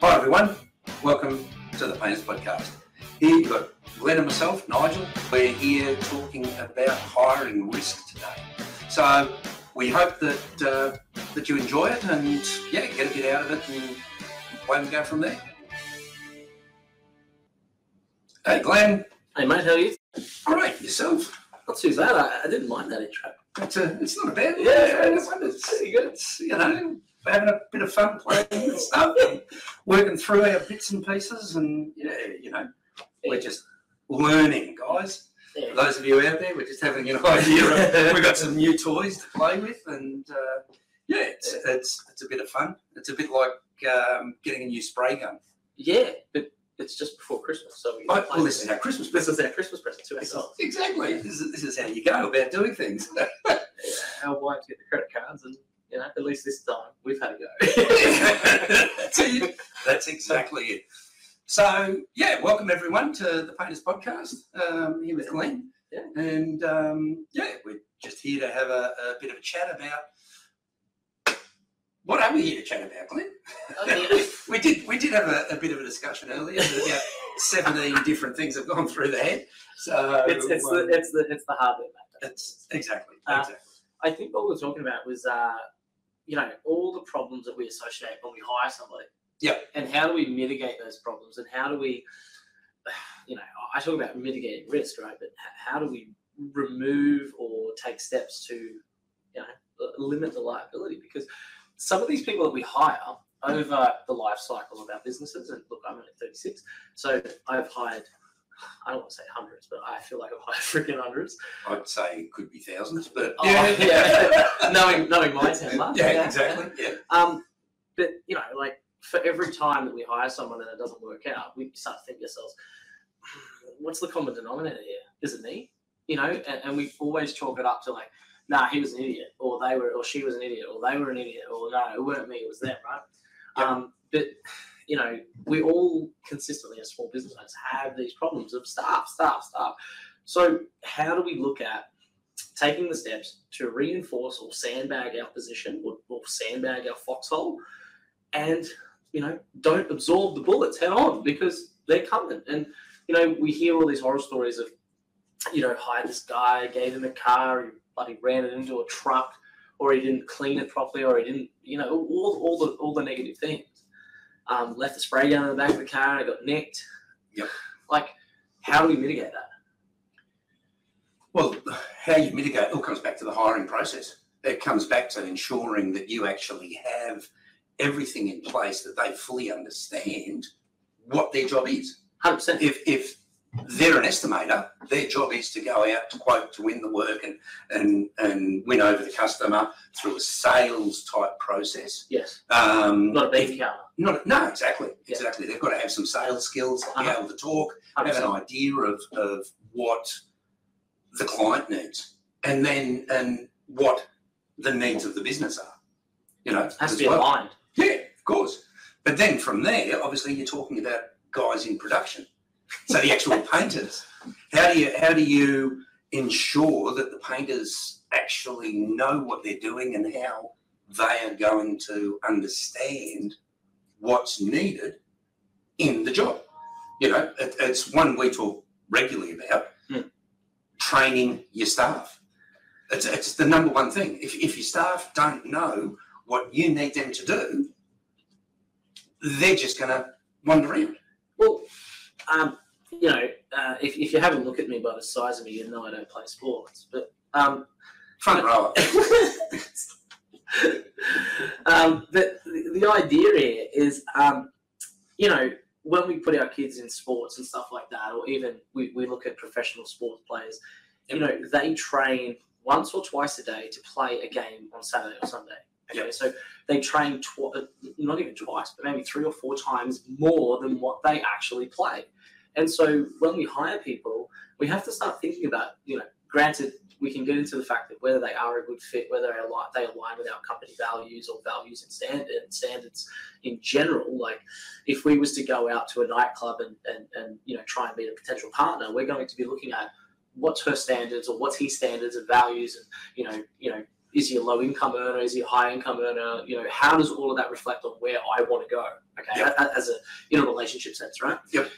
Hi everyone, welcome to the Painters Podcast. Here you've got Glenn and myself, Nigel. We're here talking about hiring risk today. So we hope that uh, that you enjoy it and yeah, get a bit out of it and away we go from there. Hey Glenn, Hey mate, how are you? all right, yourself. Not too bad. I, I didn't mind that intro. It's, a, it's not a bad Yeah, it's, it's pretty good. It's, you know, having a bit of fun playing with stuff, and working through our bits and pieces, and yeah, you know, we're just learning, guys. For Yeah. those of you out there, we're just having an idea. Of, we've got some new toys to play with, and uh, yeah, it's, it's it's a bit of fun. It's a bit like um, getting a new spray gun. yeah, but it's just before Christmas, so we But, well, this is our Christmas this present. is our Christmas present to ourselves. Exactly. This is, this is how you go about doing things. Yeah, Our wives get the credit cards, and you know, at least this time we've had a go. that's, it. That's exactly it. So, yeah, welcome everyone to the Painters Podcast um, here with Glenn. Yeah. And um, yeah, we're just here to have a, a bit of a chat about what are we here to chat about, Glenn? Okay. we did we did have a, a bit of a discussion earlier that about 17 different things have gone through the head. So, it's, it's the um, it's the it's the hardware matter. it's- exactly. Uh, exactly. I think what we were talking about was, uh, you know, all the problems that we associate when we hire somebody. Yep. And how do we mitigate those problems? And how do we, you know, I talk about mitigating risk, right? But h- how do we remove or take steps to, you know, l- limit the liability? Because some of these people that we hire over the life cycle of our businesses, and look, I'm only 36, so I've hired, I don't want to say hundreds, but I feel like I've hired freaking hundreds. I'd say it could be thousands, but Oh, yeah. knowing, knowing my temper. yeah, exactly. Yeah. Um, but you know, like for every time that we hire someone and it doesn't work out, we start to think to ourselves, what's the common denominator here? Is it me? You know, and, and we always chalk it up to like, nah, he was an idiot, or they were, or she was an idiot, or they were an idiot, or no, it weren't me, it was them, right? Yeah. Um, but you know, we all consistently as small business owners have these problems of staff, staff, staff. So how do we look at taking the steps to reinforce or sandbag our position or, or sandbag our foxhole and you know don't absorb the bullets head on because they're coming and you know we hear all these horror stories of you know hired this guy gave him a car he bloody ran it into a truck or he didn't clean it properly or he didn't you know all, all the all the negative things um, left the spray gun in the back of the car and it got nicked Yep. like how do we mitigate that Well, how you mitigate it all comes back to the hiring process. It comes back to ensuring that you actually have everything in place that they fully understand what their job is. 100% If if they're an estimator, their job is to go out to quote to win the work and and and win over the customer through a sales type process. yes Um, not a if- baby counter not- no, exactly, Yeah. exactly. They've got to have some sales skills, be Uh-huh. able to talk, 100%. have an idea of, of what the client needs and then and what the needs of the business are. You know, has to as be well. aligned. Yeah, of course. But then from there, obviously you're talking about guys in production. So the actual painters. How do you how do you ensure that the painters actually know what they're doing and how they are going to understand what's needed in the job? You know, it, it's one we talk regularly about Hmm. training your staff. It's, it's the number one thing. If, if your staff don't know what you need them to do, they're just going to wander in. Well, um, you know, uh, if, if you have a look at me by the size of me, you know I don't play sports. But um, Front rower. um, but the, the idea here is, um, you know, when we put our kids in sports and stuff like that, or even we, we look at professional sports players, you know, they train once or twice a day to play a game on Saturday or Sunday. Okay, so they train tw- uh, not even twice, but maybe three or four times more than what they actually play. And so when we hire people, we have to start thinking about, you know, granted, we can get into the fact that whether they are a good fit, whether they align, they align with our company values or values and standard, standards in general. Like, if we was to go out to a nightclub and, and, and you know try and meet a potential partner, we're going to be looking at what's her standards or what's his standards and values, and you know, you know, is he a low income earner? Is he a high income earner? You know, how does all of that reflect on where I want to go? Okay, Yep. a- a- as a in a relationship sense, right? Yep.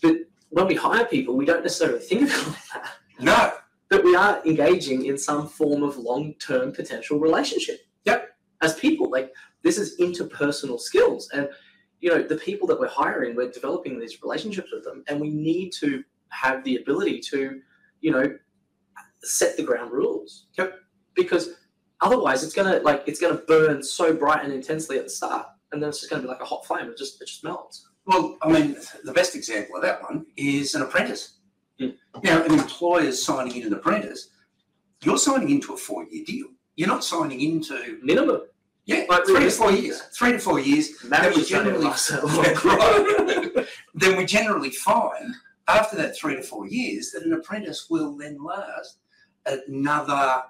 But when we hire people, we don't necessarily think about that. No, But we are engaging in some form of long term potential relationship. Yep. As people, like this is interpersonal skills. And, you know, the people that we're hiring, we're developing these relationships with them. And we need to have the ability to, you know, set the ground rules. Yep. Because otherwise it's gonna like it's gonna burn so bright and intensely at the start. And then it's just gonna be like a hot flame. It just it just melts. Well, I mean, the best example of that one is an apprentice. Hmm. Now, an employer's signing in an apprentice, you're signing into a four year deal. You're not signing into, Minimum. yeah, Like, three to really? four years. Three to four years. Marriage we is only generally- lasts so long. Right. then we generally find after that three to four years that an apprentice will then last another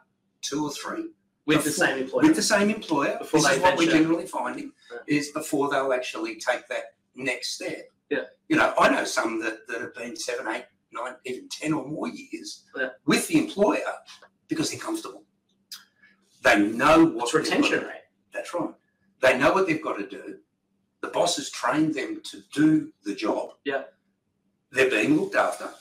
two or three with the same employer. with the same employer. Before this they is what we're venture. generally finding Yeah. is before they'll actually take that next step. Yeah. You know, I know some that, that have been seven, eight, nine, even ten or more years Yeah. with the employer because they're comfortable. They know what What's they've got retention to- rate? That's right. They know what they've got to do. The boss has trained them to do the job. Yeah. They're being looked after.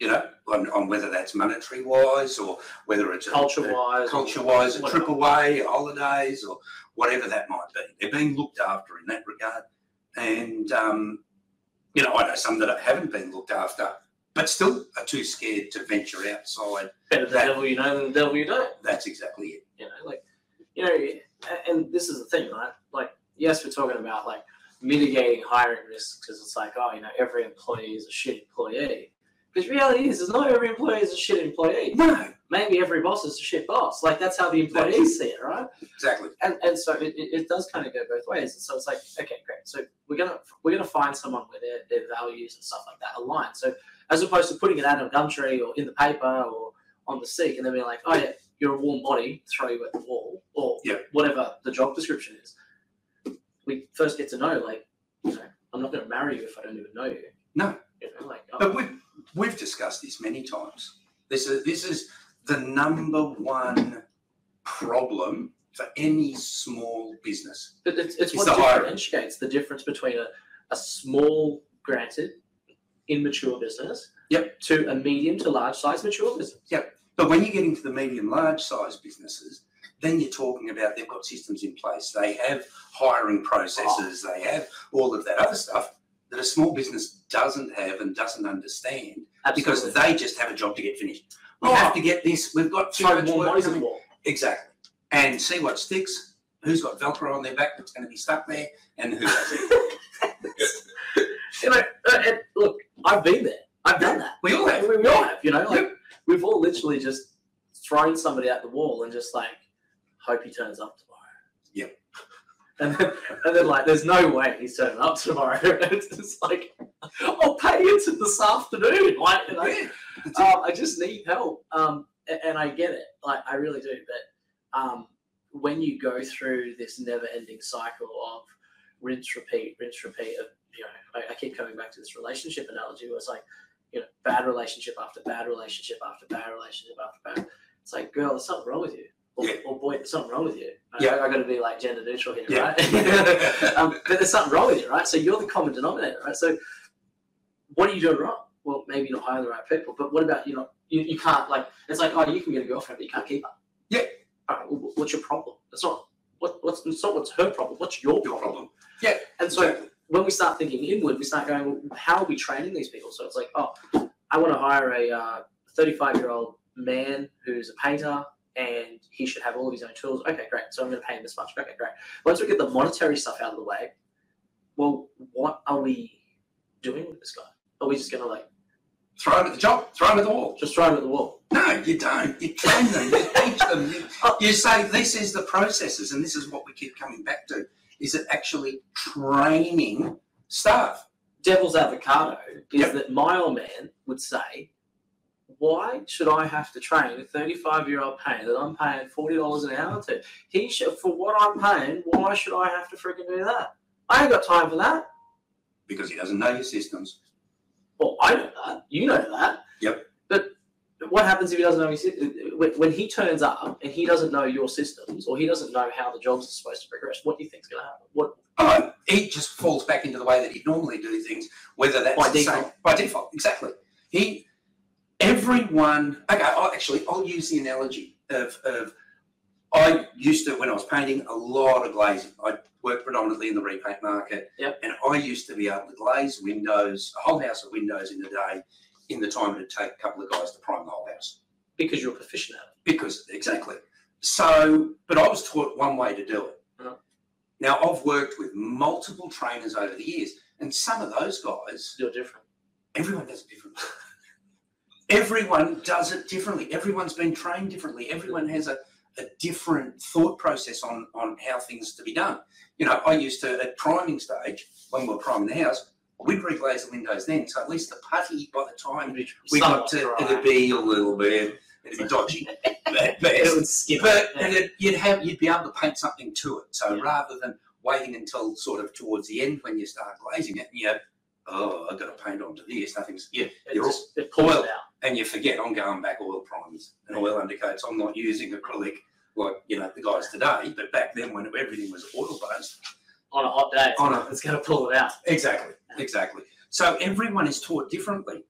You know, on, on whether that's monetary wise or whether it's a- a, culture wise, culture wise, a What trip about- away, holidays, or whatever that might be. They're being looked after in that regard. And, um, you know, I know some that haven't been looked after, but still are too scared to venture outside. better the that- devil you know than the devil you don't. That's exactly it. You know, like you know, a- and this is the thing, right? Like, yes, we're talking about like mitigating hiring risks because it's like, oh, you know, every employee is a shit employee. Because reality is, is not every employee is a shit employee. No, Maybe every boss is a shit boss. Like that's how the employees see it, right? exactly. and and so it, it, it does kind of go both ways. And so it's like, okay, great. So we're gonna we're gonna find someone where their, their values and stuff like that align. So as opposed to putting it out on Gumtree or in the paper or on the seek, and then being like, oh yeah, you're a warm body, throw you at the wall or Yeah. whatever the job description is. We first get to know, like, you know, I'm not gonna marry you if I don't even know you. No. You know, like, oh, But we've we've discussed this many times. This is this is the number one problem for any small business. But it's, it's, It's what the higher end. differentiates the difference between a, a small, granted, immature business Yep. to a medium to large size mature business. But when you get into the medium large size businesses, then you're talking about they've got systems in place. They have hiring processes. They have all of that other stuff that a small business doesn't have and doesn't understand Absolutely. because they just have a job to get finished. We Oh. have to get this. We've got too Throw much more work noise at coming. the wall. Exactly. And see what sticks, who's got Velcro on their back that's going to be stuck there, and who hasn't. You know, uh, and look, I've been there. I've done that. we all have. We, we all have, you know, like we've all literally just thrown somebody at the wall and just like hope he turns up tomorrow. Yep. And then, and then like there's no way he's turning up tomorrow. it's just like I'll pay you to this afternoon. Like you know, Yeah. um, I just need help. Um, a- and, I get it. Like, I really do. But um, when you go through this never ending cycle of rinse, repeat, rinse, repeat, of, you know, I, I keep coming back to this relationship analogy where it's like, you know, bad relationship after bad relationship after bad relationship after bad. It's like, girl, there's something wrong with you. Or, Yeah. or boy, there's something wrong with you. I, Yeah. I, got to be like gender neutral here, Yeah. right? um, but there's something wrong with it, right? So you're the common denominator, right? So what are you doing wrong? Well, maybe you're not hiring the right people, but what about you know you, you can't like it's like oh you can get a girlfriend but you can't keep her. Yeah. All right. Well, what's your problem? It's not what what's it's not what's her problem. What's your problem? Your problem. And so Exactly. when we start thinking inward, we start going, well, how are we training these people? So it's like, oh, I want to hire a 35 year old man who's a painter and he should have all of his own tools. Okay, great. So I'm going to pay him this much. Okay, great. Once we get the monetary stuff out of the way, well, what are we doing with this guy? Are we just going to like Throw him at the job, throw him at the wall. just throw him at the wall? No, you don't. You train them, you teach them. You, you say this is the processes, and this is what we keep coming back to is it actually training staff? Devil's avocado is Yep. that my old man would say, why should I have to train a 35 year old painter that I'm paying $40 an hour to? He should, for what I'm paying, why should I have to freaking do that? I ain't got time for that. Because he doesn't know your systems. Well, I know that. You know that. Yep. But what happens if he doesn't know his, when when he turns up and he doesn't know your systems or he doesn't know how the jobs are supposed to progress? What do you think's going to happen? What Oh, he just falls back into the way that he'd normally do things, whether that's By the same- default. by default. Exactly. He, everyone. Okay, i actually, I'll use the analogy of, of. I used to when I was painting a lot of glazing. I worked predominantly in the repaint market, Yep. and I used to be able to glaze windows, a whole house of windows in a day, in the time it'd take a couple of guys to prime the whole house because you're proficient at because exactly. So, but I was taught one way to do it. Mhm. Now I've worked with multiple trainers over the years, and some of those guys, it. You're different. everyone does it differently. everyone does it differently. Everyone's been trained differently. Everyone has a, a different thought process on on how things to be done. You know, I used to at priming stage when we were priming the house, we'd reglaze the windows then, so at least the putty by the time we got to it'd be a little bit it'd be dodgy, but, but it would skip. but yeah. and it, you'd have you'd be able to paint something to it. So Yeah. rather than waiting until sort of towards the end when you start glazing it, and you have, oh, I've got to paint onto this. Nothing's yeah, it, you're just, it pulls Well, it out. and you forget I'm going back oil primes and oil undercoats. I'm not using acrylic like you know the guys today, but back then when everything was oil based. On a hot day, On a- it's going to pull it out. Exactly, exactly. So everyone is taught differently.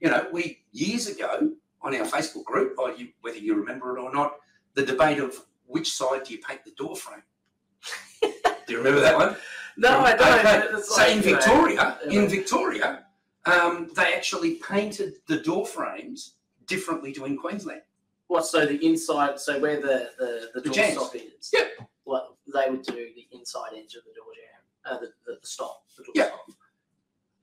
You know, we years ago on our Facebook group, or you, whether you remember it or not, the debate of which side do you paint the door frame. do you remember that one? No, I don't. Okay, but it's So like, in you know, Victoria, yeah. in Victoria, um, they actually painted the door frames differently to in Queensland. What? So the inside, so where the the, the The door jams. stop is. Yep. What they would do the inside edge of the door jam, uh, the, the, the stop, the door Yeah. stop.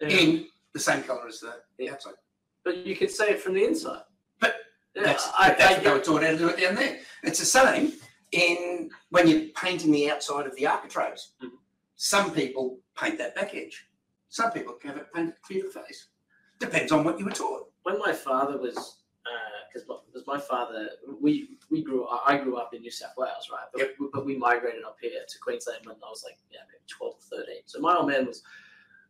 Yeah. In the same colour as the, the outside. But you can see it from the inside. But yeah, That's, I, that's I what they were taught how to do it down there. It's the same in when you're painting the outside of the architraves. Mhm. Some people paint that back edge. Some people have it painted clear to the face. Depends on what you were taught. when my father was because my because my father we we grew I I grew up in New South Wales right but, we, but we migrated up here to Queensland when I was like yeah maybe 12 or 13 so my old man was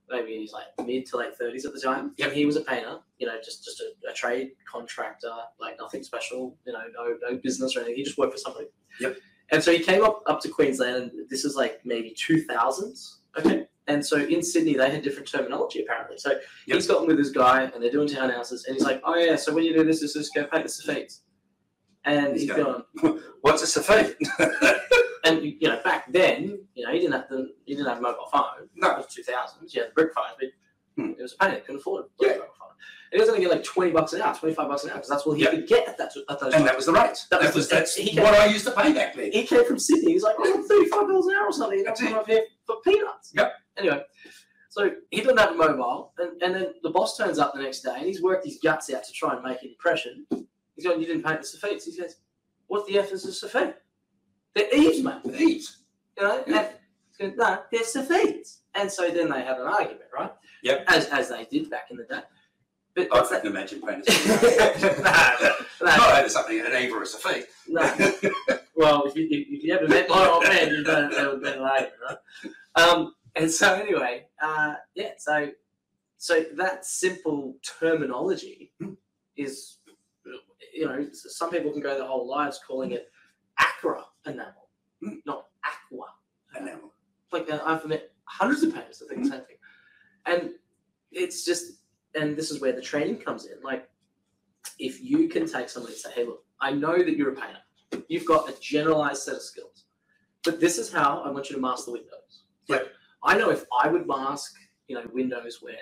maybe in his like mid to late 30s at the time Yep. and he was a painter you know just just a, a trade contractor like nothing special you know no no business or anything he just worked for somebody Yep. and so he came up up to Queensland and this is like maybe 2000s okay and so in Sydney they had different terminology apparently so Yep. He's gotten with this guy and they're doing townhouses and he's like, Oh yeah, so when you do this, this, this, go paint the surface. And He's he's going- gone What's a survey? and you know, back then, you know, he didn't have the he didn't have a mobile phone. No. It was two thousands, you had the brick phone, but Hmm. it was a pain, couldn't afford a Yeah. mobile phone. And he was gonna get like twenty bucks an hour, twenty five bucks an hour, because that's what he Yeah. could get at that at those and times. that was the rates. That That, was was the- that's he- what I used to pay back then. he came from Sydney. He's like, oh, thirty-five dollars an hour or something. And I'm That's it. coming up here for peanuts. Yep. Anyway, so he doesn't have a mobile, and, and then the boss turns up the next day, and he's worked his guts out to try and make an impression. He's going, "You didn't paint the Safeds." He says, "What the f is a Safed? They're eaves, mate. These. You know." Yeah. And he's going, no, they're Safeds. And so then they had an argument, right? Yep. As as they did back in the day. But I it's that- couldn't imagine painting a survey. that- Not over something an Eva or a survey. no. Well, if you, if you ever met my old man, you'd know that would been later, right? Um, and so anyway, uh, yeah, so so that simple terminology is, you know, some people can go their whole lives calling it acra enamel, Mm. not aqua. Enamel. Like uh, I've met hundreds of parents that think the same thing, and it's just, and this is where the training comes in. Like, if you can take somebody and say, "Hey, look, I know that you're a painter." You've got a generalized set of skills. But this is how I want you to master Windows. Yep. Like, I know if I would mask, you know, Windows where,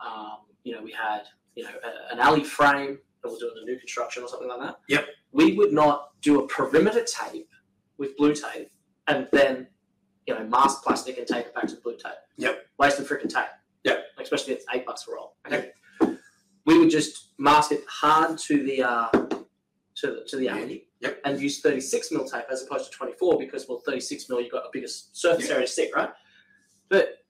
um, you know, we had, you know, a, an alley frame and we're doing a new construction or something like that. Yep. We would not do a perimeter tape with blue tape and then, you know, mask plastic and tape it back to the blue tape. Yep. Waste of freaking tape. Yep. Like, especially if it's eight bucks a roll. Okay. We would just mask it hard to the uh, to the, to the Yeah. alley Yep. and use 36 mil tape as opposed to 24 because well 36 mil you've got a bigger s- surface Yeah. area to stick right but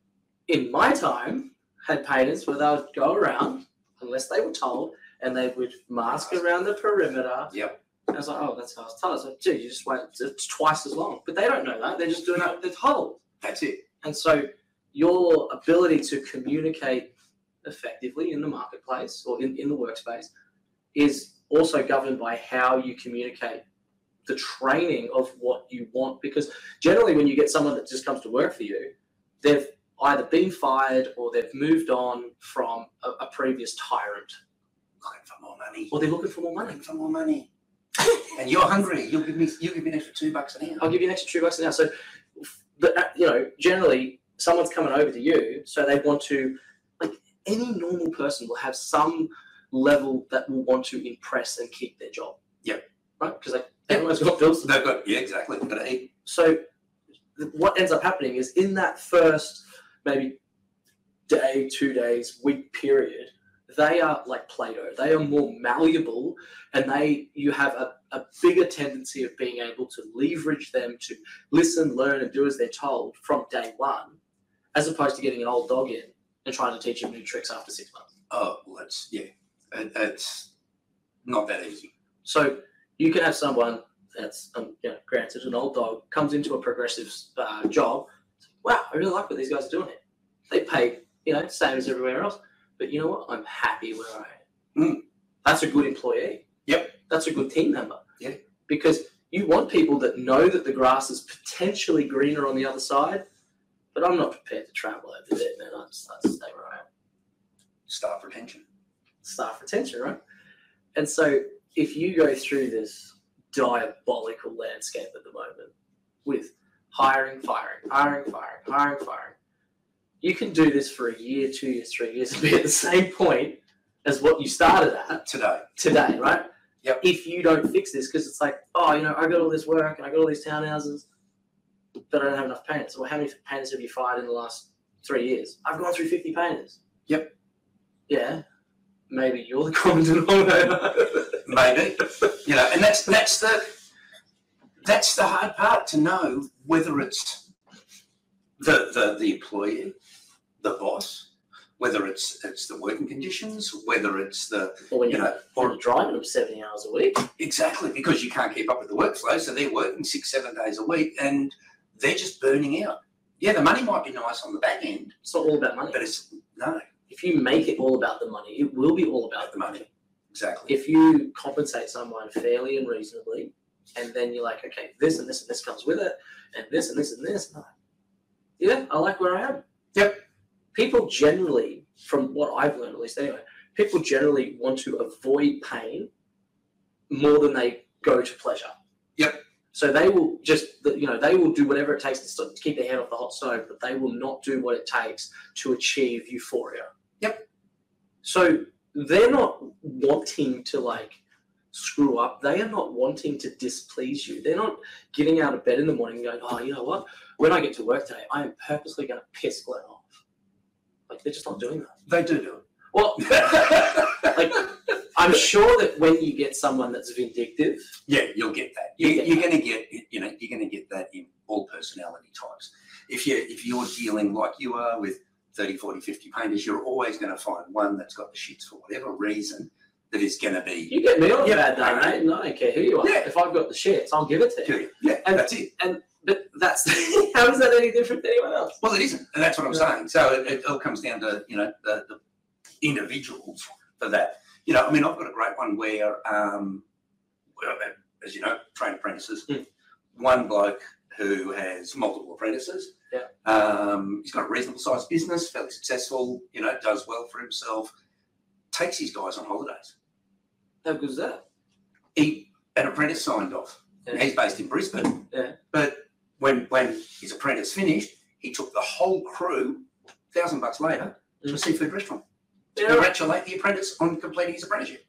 in my time had painters where they would go around unless they were told and they would mask Mask. around the perimeter Yep. I was like, oh, that's how I was told. I was like, dude, you just wait, it's twice as long. But they don't know that. They're just doing what they're told. That's it. And so your ability to communicate effectively in the marketplace or in, in the workspace is also governed by how you communicate the training of what you want. Because generally, when you get someone that just comes to work for you, they've either been fired or they've moved on from a, a previous tyrant, Looking for more money. or they're looking for more money. Looking for more money. and you're hungry. You'll give me. You give me an extra two bucks an hour. I'll give you an extra two bucks an hour. So, but uh, you know, generally, someone's coming over to you, so they want to, like any normal person will have some level that will want to impress and keep their job. Yep. Right, because like everyone's got bills. to They've got yeah, exactly. They've got to eat. so th- what ends up happening is in that first maybe day two days week period they are like play-doh they are more malleable and they you have a, a bigger tendency of being able to leverage them to listen learn and do as they're told from day one as opposed to getting an old dog in and trying to teach him new tricks after six months Oh, well, it's yeah. It, it's not that easy. So you can have someone that's, um, you know, granted, an old dog comes into a progressive uh, job. Wow, I really like what these guys are doing. It. They pay, you know, same as everywhere else. But you know what? I'm happy where I am. Mm. That's a good employee. Yep. That's a good team member. Yeah. Because you want people that know that the grass is potentially greener on the other side. But I'm not prepared to travel over there, man. I just like to stay where I am Staff retention. staff retention, right? And so if you go through this diabolical landscape at the moment with hiring, firing, hiring, firing, hiring, firing, you can do this for a year, two years, three years, and be at the same point as what you started at Today, today, right? Yep. If you don't fix this, because it's like, oh, you know, I got all this work and I got all these townhouses, but I don't have enough painters. Well, how many painters have you fired in the last three years? I've gone through 50 painters. Yep. Yeah. Maybe you're the common denominator. maybe. you know, and that's that's the that's the hard part to know whether it's the the, the employee, the boss, whether it's it's the working conditions, whether it's the or when you you're, know or driving them 70 hours a week. Exactly, because you can't keep up with the workflow, so they're working six, seven days a week, and they're just burning out. Yeah, the money might be nice on the back end, It's not all about money. but it's no If you make it all about the money, it will be all about the money. Exactly. if you compensate someone fairly and reasonably, and then you're like, okay, this and this and this comes with it, and this and this and this, and I'm like, yeah, I like where I am. Yep. People generally, from what I've learned at least anyway, people generally want to avoid pain more than they go to pleasure. Yep. So they will just, you know, they will do whatever it takes to sort of keep their head off the hot stove, but they will not do what it takes to achieve euphoria. Yep. So they're not wanting to like screw up. They are not wanting to displease you. They're not getting out of bed in the morning and going, oh, you know what? When I get to work today, I am purposely going to piss Glenn off. Like they're just not doing that. They do do Well, it. like I'm sure that when you get someone that's vindictive, yeah, you'll get that. You, You'll get you're going to get you know you're going to get that in all personality types. If you if you're dealing like you are with 30, 40, 50 painters, you're always going to find one that's got the shits for whatever reason that is going to be. you get me on a Yeah. bad day, mate, and I don't care who you are. Yeah. If I've got the shits, I'll give it to you. Yeah, And- that's it. But that's how is that any different than anyone else? Well, it isn't, and that's what I'm saying. So it, it all comes down to you know the, the individuals for that. You know, I mean, I've got a great one where, um, well, as you know, train apprentices. Mm. One bloke who has multiple apprentices. Yeah. Um, he's got a reasonable sized business, fairly successful. You know, does well for himself. Takes his guys on holidays. How good is that? He an apprentice signed off. Yeah. He's based in Brisbane. Yeah. But when when his apprentice finished, he took the whole crew, thousand bucks later, to a Mm. seafood restaurant. To Yeah. congratulate the apprentice on completing his apprenticeship.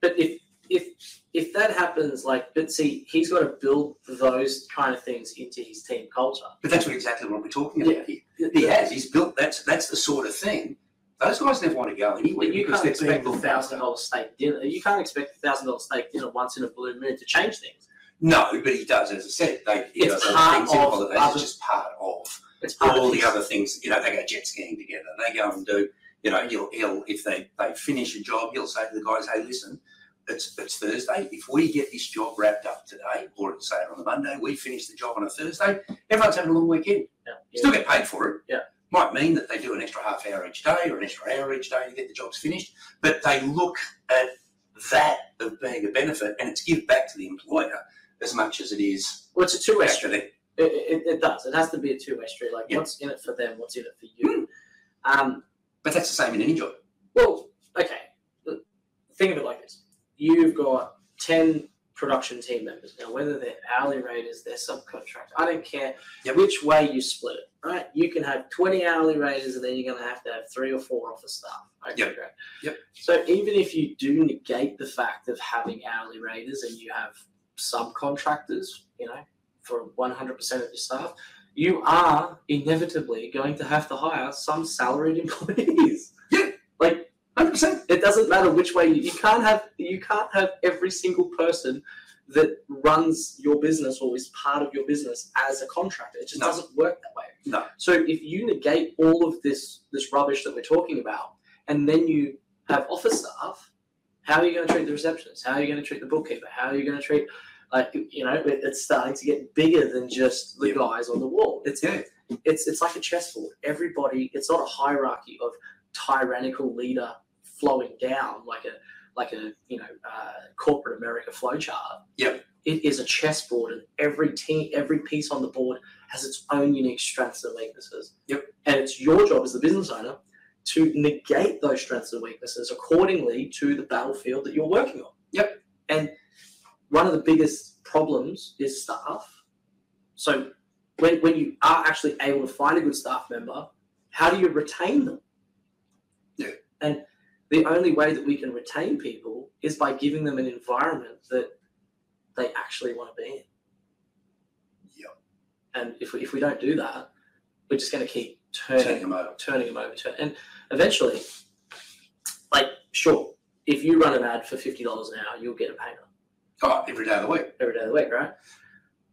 But if if if that happens, like, but see, he's got to build those kind of things into his team culture. But that's what exactly what we're talking about Yeah. here. He has. He's built. That's that's the sort of thing. Those guys never want to go anywhere But you because can't they're expect a being thousand dollar steak dinner. You can't expect a thousand dollar steak dinner once in a blue moon to change things. No, but he does. As I said, they, he It's does other part things in of holidays. other- It's just part of It's part all of the things. other things, you know, they go jet skiing together. They go and do, you know, he'll, he'll if they, they finish a job, he'll say to the guys, hey, listen, it's, it's Thursday. If we get this job wrapped up today, or say on a Monday, we finish the job on a Thursday, everyone's having a long weekend. Yeah. Still get paid for it. Yeah. Might mean that they do an extra half hour each day or an extra hour each day to get the jobs finished, but they look at that of being a benefit, and it's give back to the employer as much as it is Well, it's a two way back street. to them. It, it, it does. It has to be a two way street. Like, Yeah. Hmm. what's in it for them? What's in it for you? Um, But that's the same in any job. Well, okay. Think of it like this: you've got ten production team members now. Whether they're hourly raters, they're subcontractors, I don't care Yep. which way you split it. Right? You can have twenty hourly raters, and then you're going to have to have three or four office staff. Okay, Yep. great. Yep. So even if you do negate the fact of having hourly raters and you have subcontractors, you know, for one hundred percent of your staff. You are inevitably going to have to hire some salaried employees. Hundred percent. It doesn't matter which way you, you can't have you can't have every single person that runs your business or is part of your business as a contractor. It just No. doesn't work that way. No. So if you negate all of this this rubbish that we're talking about, and then you have office staff, how are you going to treat the receptionist? How are you going to treat the bookkeeper? How are you going to treat like you know? It, it's starting to get bigger than just the Yeah. guys on the wall. It's Yeah. it's it's like a chessboard. Everybody, it's not a hierarchy of tyrannical leader flowing down like a like a you know uh, corporate America flowchart. Yep. It is a chessboard, and every team, every piece on the board has its own unique strengths and weaknesses. Yep. And it's your job as the business owner to negate those strengths and weaknesses accordingly to the battlefield that you're working on. Yep. And one of the biggest problems is staff. So when, when you are actually able to find a good staff member, how do you retain them? Yeah. And the only way that we can retain people is by giving them an environment that they actually want to be in. Yep. And if we, if we don't do that, we're just going to keep Turning them over. turning them over to and eventually like sure if you run an ad for $50 an hour you'll get a painter Oh, every day of the week. every day of the week right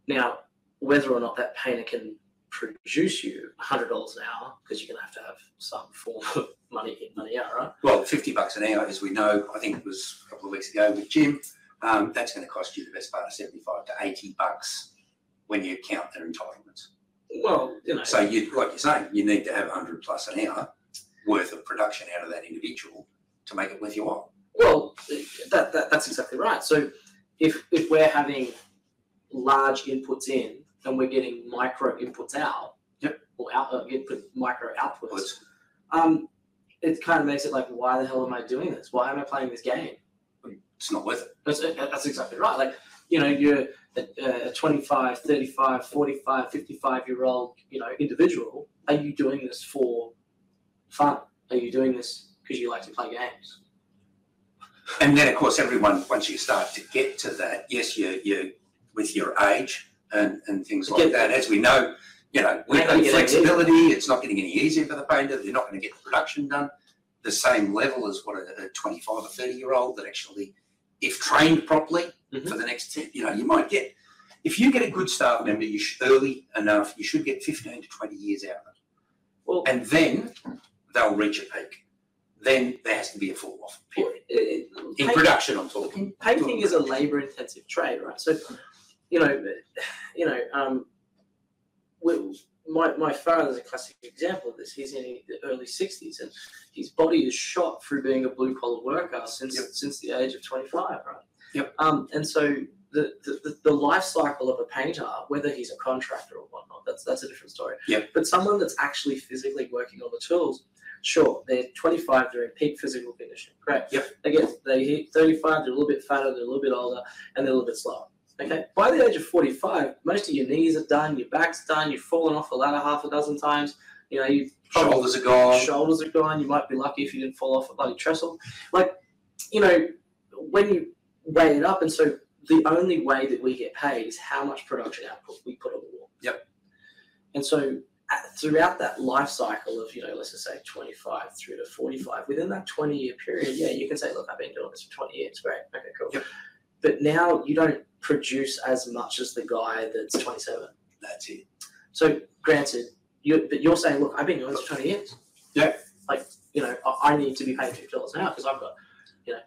now whether or not that painter can produce you $100 an hour because you're going to have to have some form of money in money out right Well, fifty bucks an hour, as we know, I think it was a couple of weeks ago with Jim. Um, that's going to cost you the best part of seventy-five to eighty bucks when you count their entitlements. well you know So you, like you're saying, you need to have hundred plus an hour worth of production out of that individual to make it worth your while. Well, that, that that's exactly right. So if if we're having large inputs in and we're getting micro inputs out, Yep. or out, uh, input micro outputs, It's- um, it kind of makes it like, why the hell am I doing this? Why am I playing this game? It's not worth it. That's, that's exactly right. Like, you know, you're a, a 25, 35, 45, 55 year old, you know, individual. Are you doing this for fun? Are you doing this because you like to play games? And then, of course, everyone once you start to get to that, yes, you you with your age and and things like Get- that. As we know, you know, with Ain't gonna that get any flexibility, it's not getting any easier for the painter. They're not going to get the production done the same level as what a, a 25 or 30 year old that actually, if trained properly Mhm. for the next 10, you know, you might get. If you get a good staff member, you should, early enough, you should get 15 to 20 years out of them. Well, and then they'll reach a peak. Then there has to be a fall off period it- in it- production. I'm talking. painting is a labor intensive trade right so you know you know um we- my, my father's a classic example of this he's in the early 60s and his body is shot through being a blue collar worker since Yep. since the age of 25 right Yep. um and so the, the, the life cycle of a painter, whether he's a contractor or whatnot, that's that's a different story. Yep. But someone that's actually physically working on the tools, sure, they're 25, they're in peak physical condition, great they get they hit 35, they're a little bit fatter, they're a little bit older, and they're a little bit slower. Okay, by the age of 45, most of your knees are done, your back's done, you've fallen off a ladder half a dozen times. You know, you've probably Shoulders are gone. shoulders are gone. You might be lucky if you didn't fall off a bloody trestle. Like, you know, when you weigh it up, and so the only way that we get paid is how much production output we put on the wall. Yep. And so at, throughout that life cycle of, you know, let's just say 25 through to 45, within that 20 year period, yeah, you can say, look, I've been doing this for 20 years. Great. Okay, cool. Yep. But now you don't produce as much as the guy that's 27. That's it. So granted, you but you're saying, look, I've been doing this for twenty years. Yeah. Like you know, I, I need to be paid fifty dollars an hour because I've got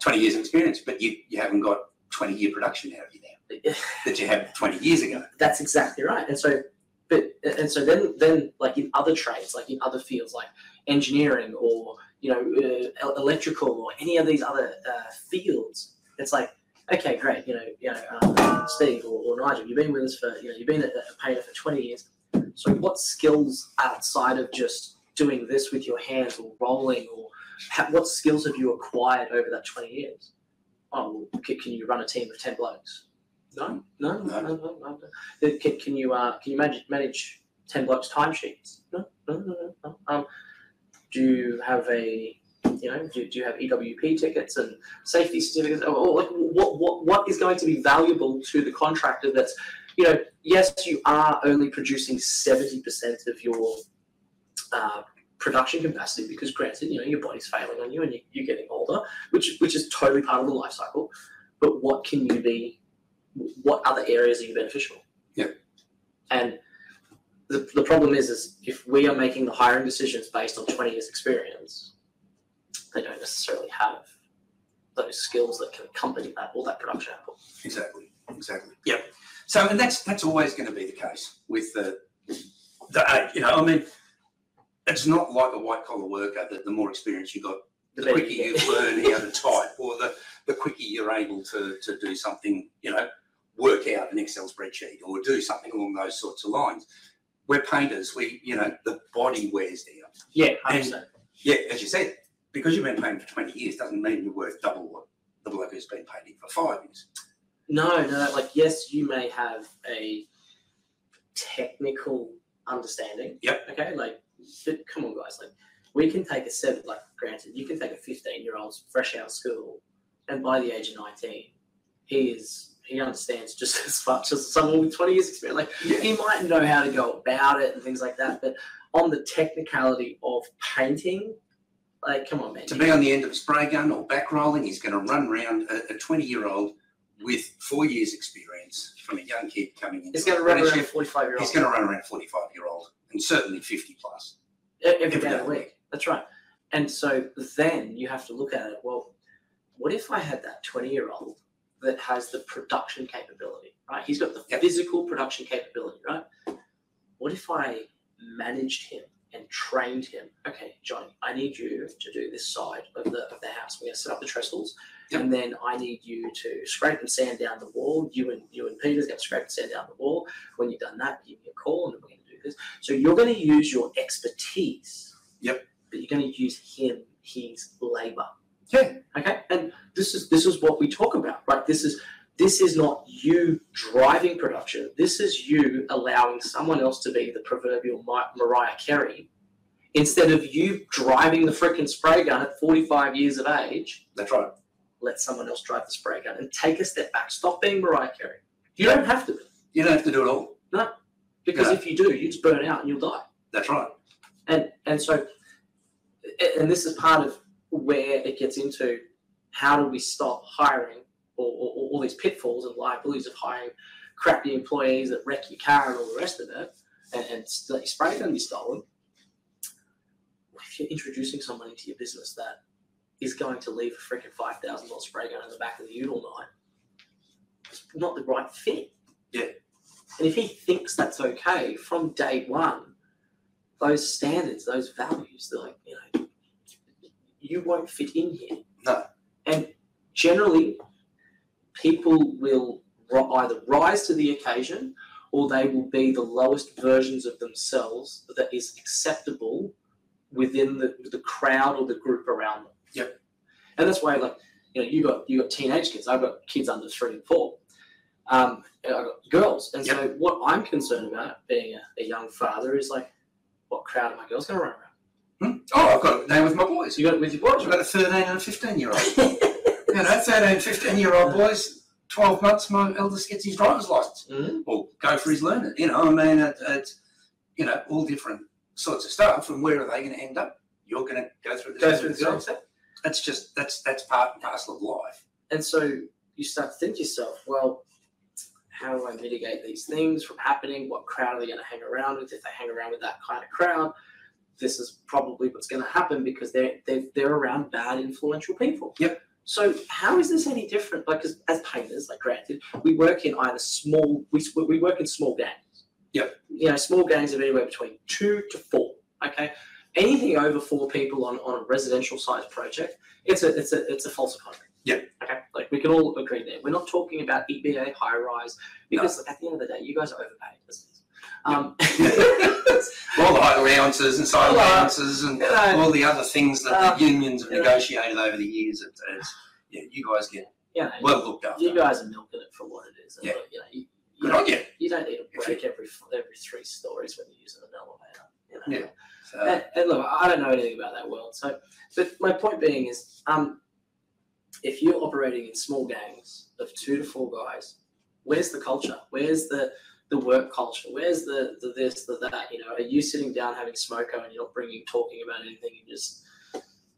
20 years of experience, but you, you haven't got 20 year production out of you now that you had 20 years ago. that's exactly right. And so, but and so then then like in other trades, like in other fields, like engineering or you know uh, el- electrical or any of these other uh, fields, it's like, okay, great, you know, you know, um, Steve or, or Nigel, you've been with us for, you know, you've been a, a painter for 20 years. So what skills outside of just doing this with your hands or rolling or ha- what skills have you acquired over that 20 years? Oh, well, can, can you run a team of 10 blokes? No, no, no, no, no. no, no. Can, can you uh, can you manage manage ten blocks timesheets? No, no, no, no, no. Um, do you have a you know do, do you have EWP tickets and safety certificates? Or, or like what what what is going to be valuable to the contractor? That's you know yes you are only producing seventy percent of your uh, production capacity because granted you know your body's failing on you and you, you're getting older, which which is totally part of the life cycle. But what can you be what other areas are you beneficial? Yeah. And the, the problem is, is if we are making the hiring decisions based on 20 years experience, they don't necessarily have those skills that can accompany that or that production output. Exactly. Exactly. Yep. So, and that's that's always going to be the case with the the age. You know, I mean, it's not like a white collar worker that the more experience you got, the, better quicker you you get. learn how to type, or the the quicker you're able to to do something. You know, work out an Excel spreadsheet or do something along those sorts of lines. We're painters. We, you know, the body wears down. yeah, 100%. Yeah, as you said, because you've been painting for twenty years doesn't mean you're worth double what the bloke who's been painting for five years. No, no, like yes, you may have a technical understanding. Yep. Okay, like but come on guys, like we can take a seven like granted, you can take a fifteen year old fresh out of school and by the age of nineteen, he is he understands just as much as someone with twenty years experience. Like Yeah. he might know how to go about it and things like that, but on the technicality of painting, like come on man. to be on the end of a spray gun or back rolling, he's going to run round a, a 20 year old with four years' experience from a young kid coming in. He's gonna run around a forty five year old He's going to run around 45 year old and certainly 50 plus. every Every day day of the of the week. That's right. And so then you have to look at it. Well, what if I had that twenty-year-old that has the production capability, right? He's got the Yep. physical production capability, right? What if I managed him and trained him? Okay, Johnny, I need you to do this side of the of the house. We're gonna set up the trestles, Yep. and then I need you to scrape and sand down the wall. You and you and Peter's gonna scrape and sand down the wall. When you've done that, give me a call, and then we're gonna do this. So you're going to use your expertise. Yep. But you're going to use him, his labor. Yeah. Okay. And this is this is what we talk about, right? This is this is not you driving production. This is you allowing someone else to be the proverbial Mi- Mariah Carey instead of you driving the freaking spray gun at 45 years of age That's right. let someone else drive the spray gun and take a step back stop being mariah carey you don't have to be You don't have to do it all. because No. if you do you just burn out and you'll die That's right. and and so a- and this is part of where it gets into how do we stop hiring or, or, or all these pitfalls and liabilities of hiring crappy employees that wreck your car and all the rest of it and, and st- your spray can be stolen What if you're introducing someone into your business that is going to leave a freaking five thousand dollar spray gun in the back of the ute all night it's not the right fit Yeah. and if he thinks that's okay from day one those standards, those values. They're like, you know, you won't fit in here. No. And generally, people will ri- either rise to the occasion or they will be the lowest versions of themselves that is acceptable within the, the crowd or the group around them. Yep. And that's why, like, you know, you got you got teenage kids. I've got kids under three and four. Um, and I've got girls, and so what I'm concerned about being a, a young father is like, what crowd are my girls going to run around? Hmm? Oh, I've got it now with my boys. So you got it with your boys, I've got a 13 and a 15 year old. right? You know, 13, 15 year old boys, 12 months, my eldest gets his driver's license. Mhm. or go for his learning. You know, I mean, it, it's you know all different sorts of stuff. And where are they going to end up? You're going to go through the Go same through the thing. same thing. That's just that's that's part and parcel of life. And so you start to think to yourself, well, how do I mitigate these things from happening? What crowd are they going to hang around with? If they hang around with that kind of crowd, this is probably what's going to happen because they're, they're, they're around bad, influential people. Yep. So how is this any different? Like as, as painters, like granted, we work in either small, we, s- we work in small gangs. Yep. You know, small gangs of anywhere between two to four, okay? anything over four people on, on a residential sized project, it's a it's a it's a false economy. Yeah. Okay. Like we can all agree there. We're not talking about EBA high rise because at the end of the day, you guys are overpaid. Isn't it? Um, All the height allowances and side Well, uh, allowances and you know, all the other things that uh, the unions have you know. negotiated over the years. It's, it's, yeah, you guys get you know, well looked after. you guys are milking it for what it is. and Yeah. You know, you, you Good don't, on you. you don't need a If break every f- every three stories when you're using an elevator. You know? Yeah. So, and, and look, I don't know anything about that world. So, but my point being is, um, if you're operating in small gangs of two to four guys, where's the culture? Where's the the work culture? Where's the, the this, the that? You know, are you sitting down having smoko and you're not bringing talking about anything? You just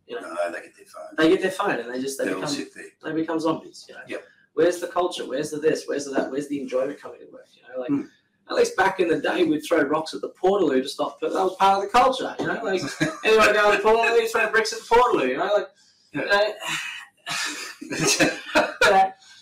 you know, no, they get their phone. they get their phone and they just they They all become sit there. they become zombies. You know. Yep. Where's the culture? Where's the this? Where's the that? Where's the enjoyment coming to work? You know, like Hmm. at least back in the day, we'd throw rocks at the Portaloo to stop, but that was part of the culture. You know, like anyone going to Portaloo, you throw bricks at the Portaloo. You know, like you know, uh,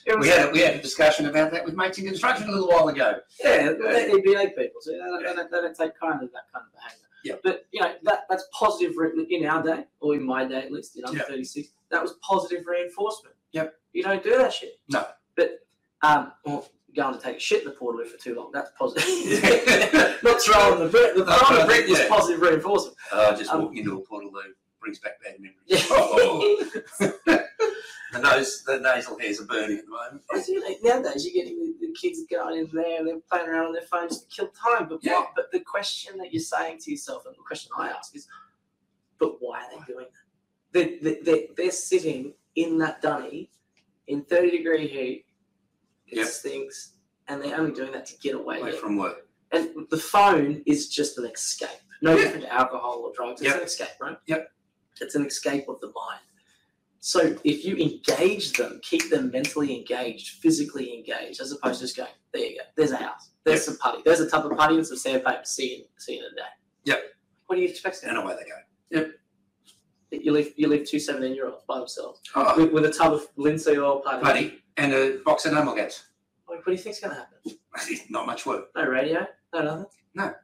it was, we, had a, we had a discussion about that with mates in construction a little while ago. yeah, they're EBA people, so they don't, they don't, they don't take kind of that kind of behaviour. Yep. But you know, that that's positive re- in our day, or in my day at least. You know, I'm Yep. 36. That was positive reinforcement. Yep. You don't do that shit. No. But um, well, going to take a shit in the Portaloo for too long. That's positive. Yeah. Not throwing the brick. The Not throwing the throwing the- brick was yeah. positive reinforcement. Uh, Oh, just Um, walking into a portal though brings back bad memories. Yeah. Oh, the nose, the nasal hairs are burning at the moment. That's you know, nowadays you're getting the, the kids going in there and they're playing around on their phone just to kill time. But Yeah. what, but the question that you're saying to yourself and the question I ask is, but why are they doing that? They, they, they, they're sitting in that dunny in 30 degree heat. It Yep. stinks. And they're only doing that to get away. Away from work. and the phone is just an escape. No Yeah. different to alcohol or drugs. It's Yep. an escape, right? Yep. It's an escape of the mind. So if you engage them, keep them mentally engaged, physically engaged, as opposed to just going, there you go, there's a house, there's Yep. some putty, there's a tub of putty and some sandpaper, see you, see you in a day. Yep. What do you expect? And away they go. You leave, you leave two 17 year olds by themselves Oh, with, with a tub of linseed oil putty. buddy, and a box of enamel gets. Like, what do you think's going to happen? Not much work. No radio, no nothing.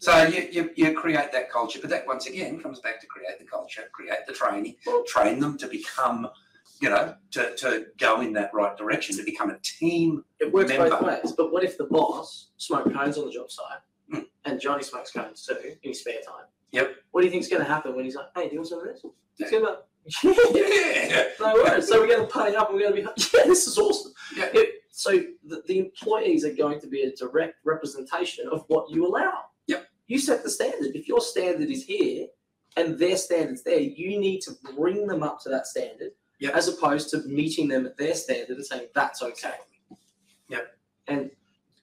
So you, you, you create that culture, but that once again comes back to create the culture, create the training, Well- train them to become, you know, to, to go in that right direction, to become a team. It works both member. ways. But what if the boss smoked cones on the job site Hmm. and Johnny smokes cones too in his spare time? Yep. What do you think's going to happen when he's like, hey, do you want some of this? He's Yeah. going to be like, Yeah. no worries. So we're going to party up and we're going to be, yeah, this is awesome. Yeah. It- so the, the employees are going to be a direct representation of what you allow. Yep. You set the standard. If your standard is here and their standard's there, you need to bring them up to that standard Yep. as opposed to meeting them at their standard and saying, that's okay.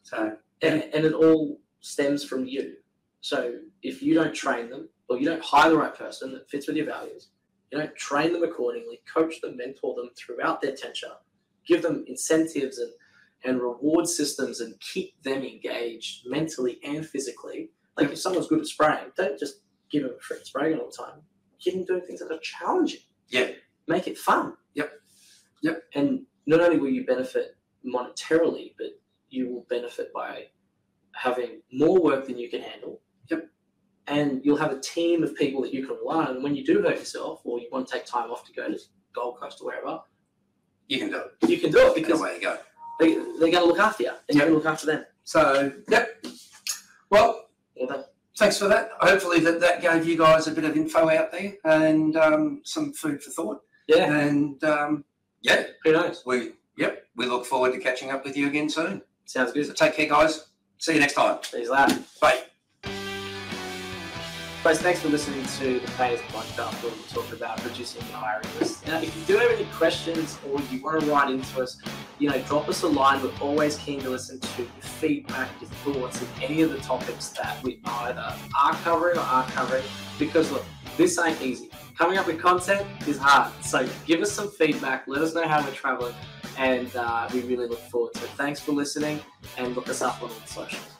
So and, and it all stems from you. So if you don't train them or you don't hire the right person that fits with your values, you don't train them accordingly, coach them, mentor them throughout their tenure, give them incentives and, and reward systems and keep them engaged mentally and physically. Like if someone's good at spraying, don't just give them a free spraying all the time. Get them doing things that are challenging. Yeah. Make it fun. Yep. Yep. And not only will you benefit monetarily, but you will benefit by having more work than you can handle. Yep. And you'll have a team of people that you can rely on. And when you do hurt yourself or you want to take time off to go to Gold Coast or wherever, you can do it. you can do it And because away you go. they, they're going to look after you and you're going to look after them. So, yep. Well, Well, that, thanks for that. Hopefully that, that gave you guys a bit of info out there and um, some food for thought. yeah, And um, yeah, who knows? we yep, we look forward to catching up with you again soon. Sounds So good. take care, guys. See you next time. He's loud. Bye. Guys, thanks for listening to the Payers Podcast where we talk about reducing your hiring list. Now, if you do have any questions or you want to write into us, you know, drop us a line. We're always keen to listen to your feedback, your thoughts, and any of the topics that we either are covering or aren't covering. Because look, this ain't easy. Coming up with content is hard. So give us some feedback. Let us know how we're traveling, and uh, we really look forward to it. Thanks for listening, and look us up on all the socials.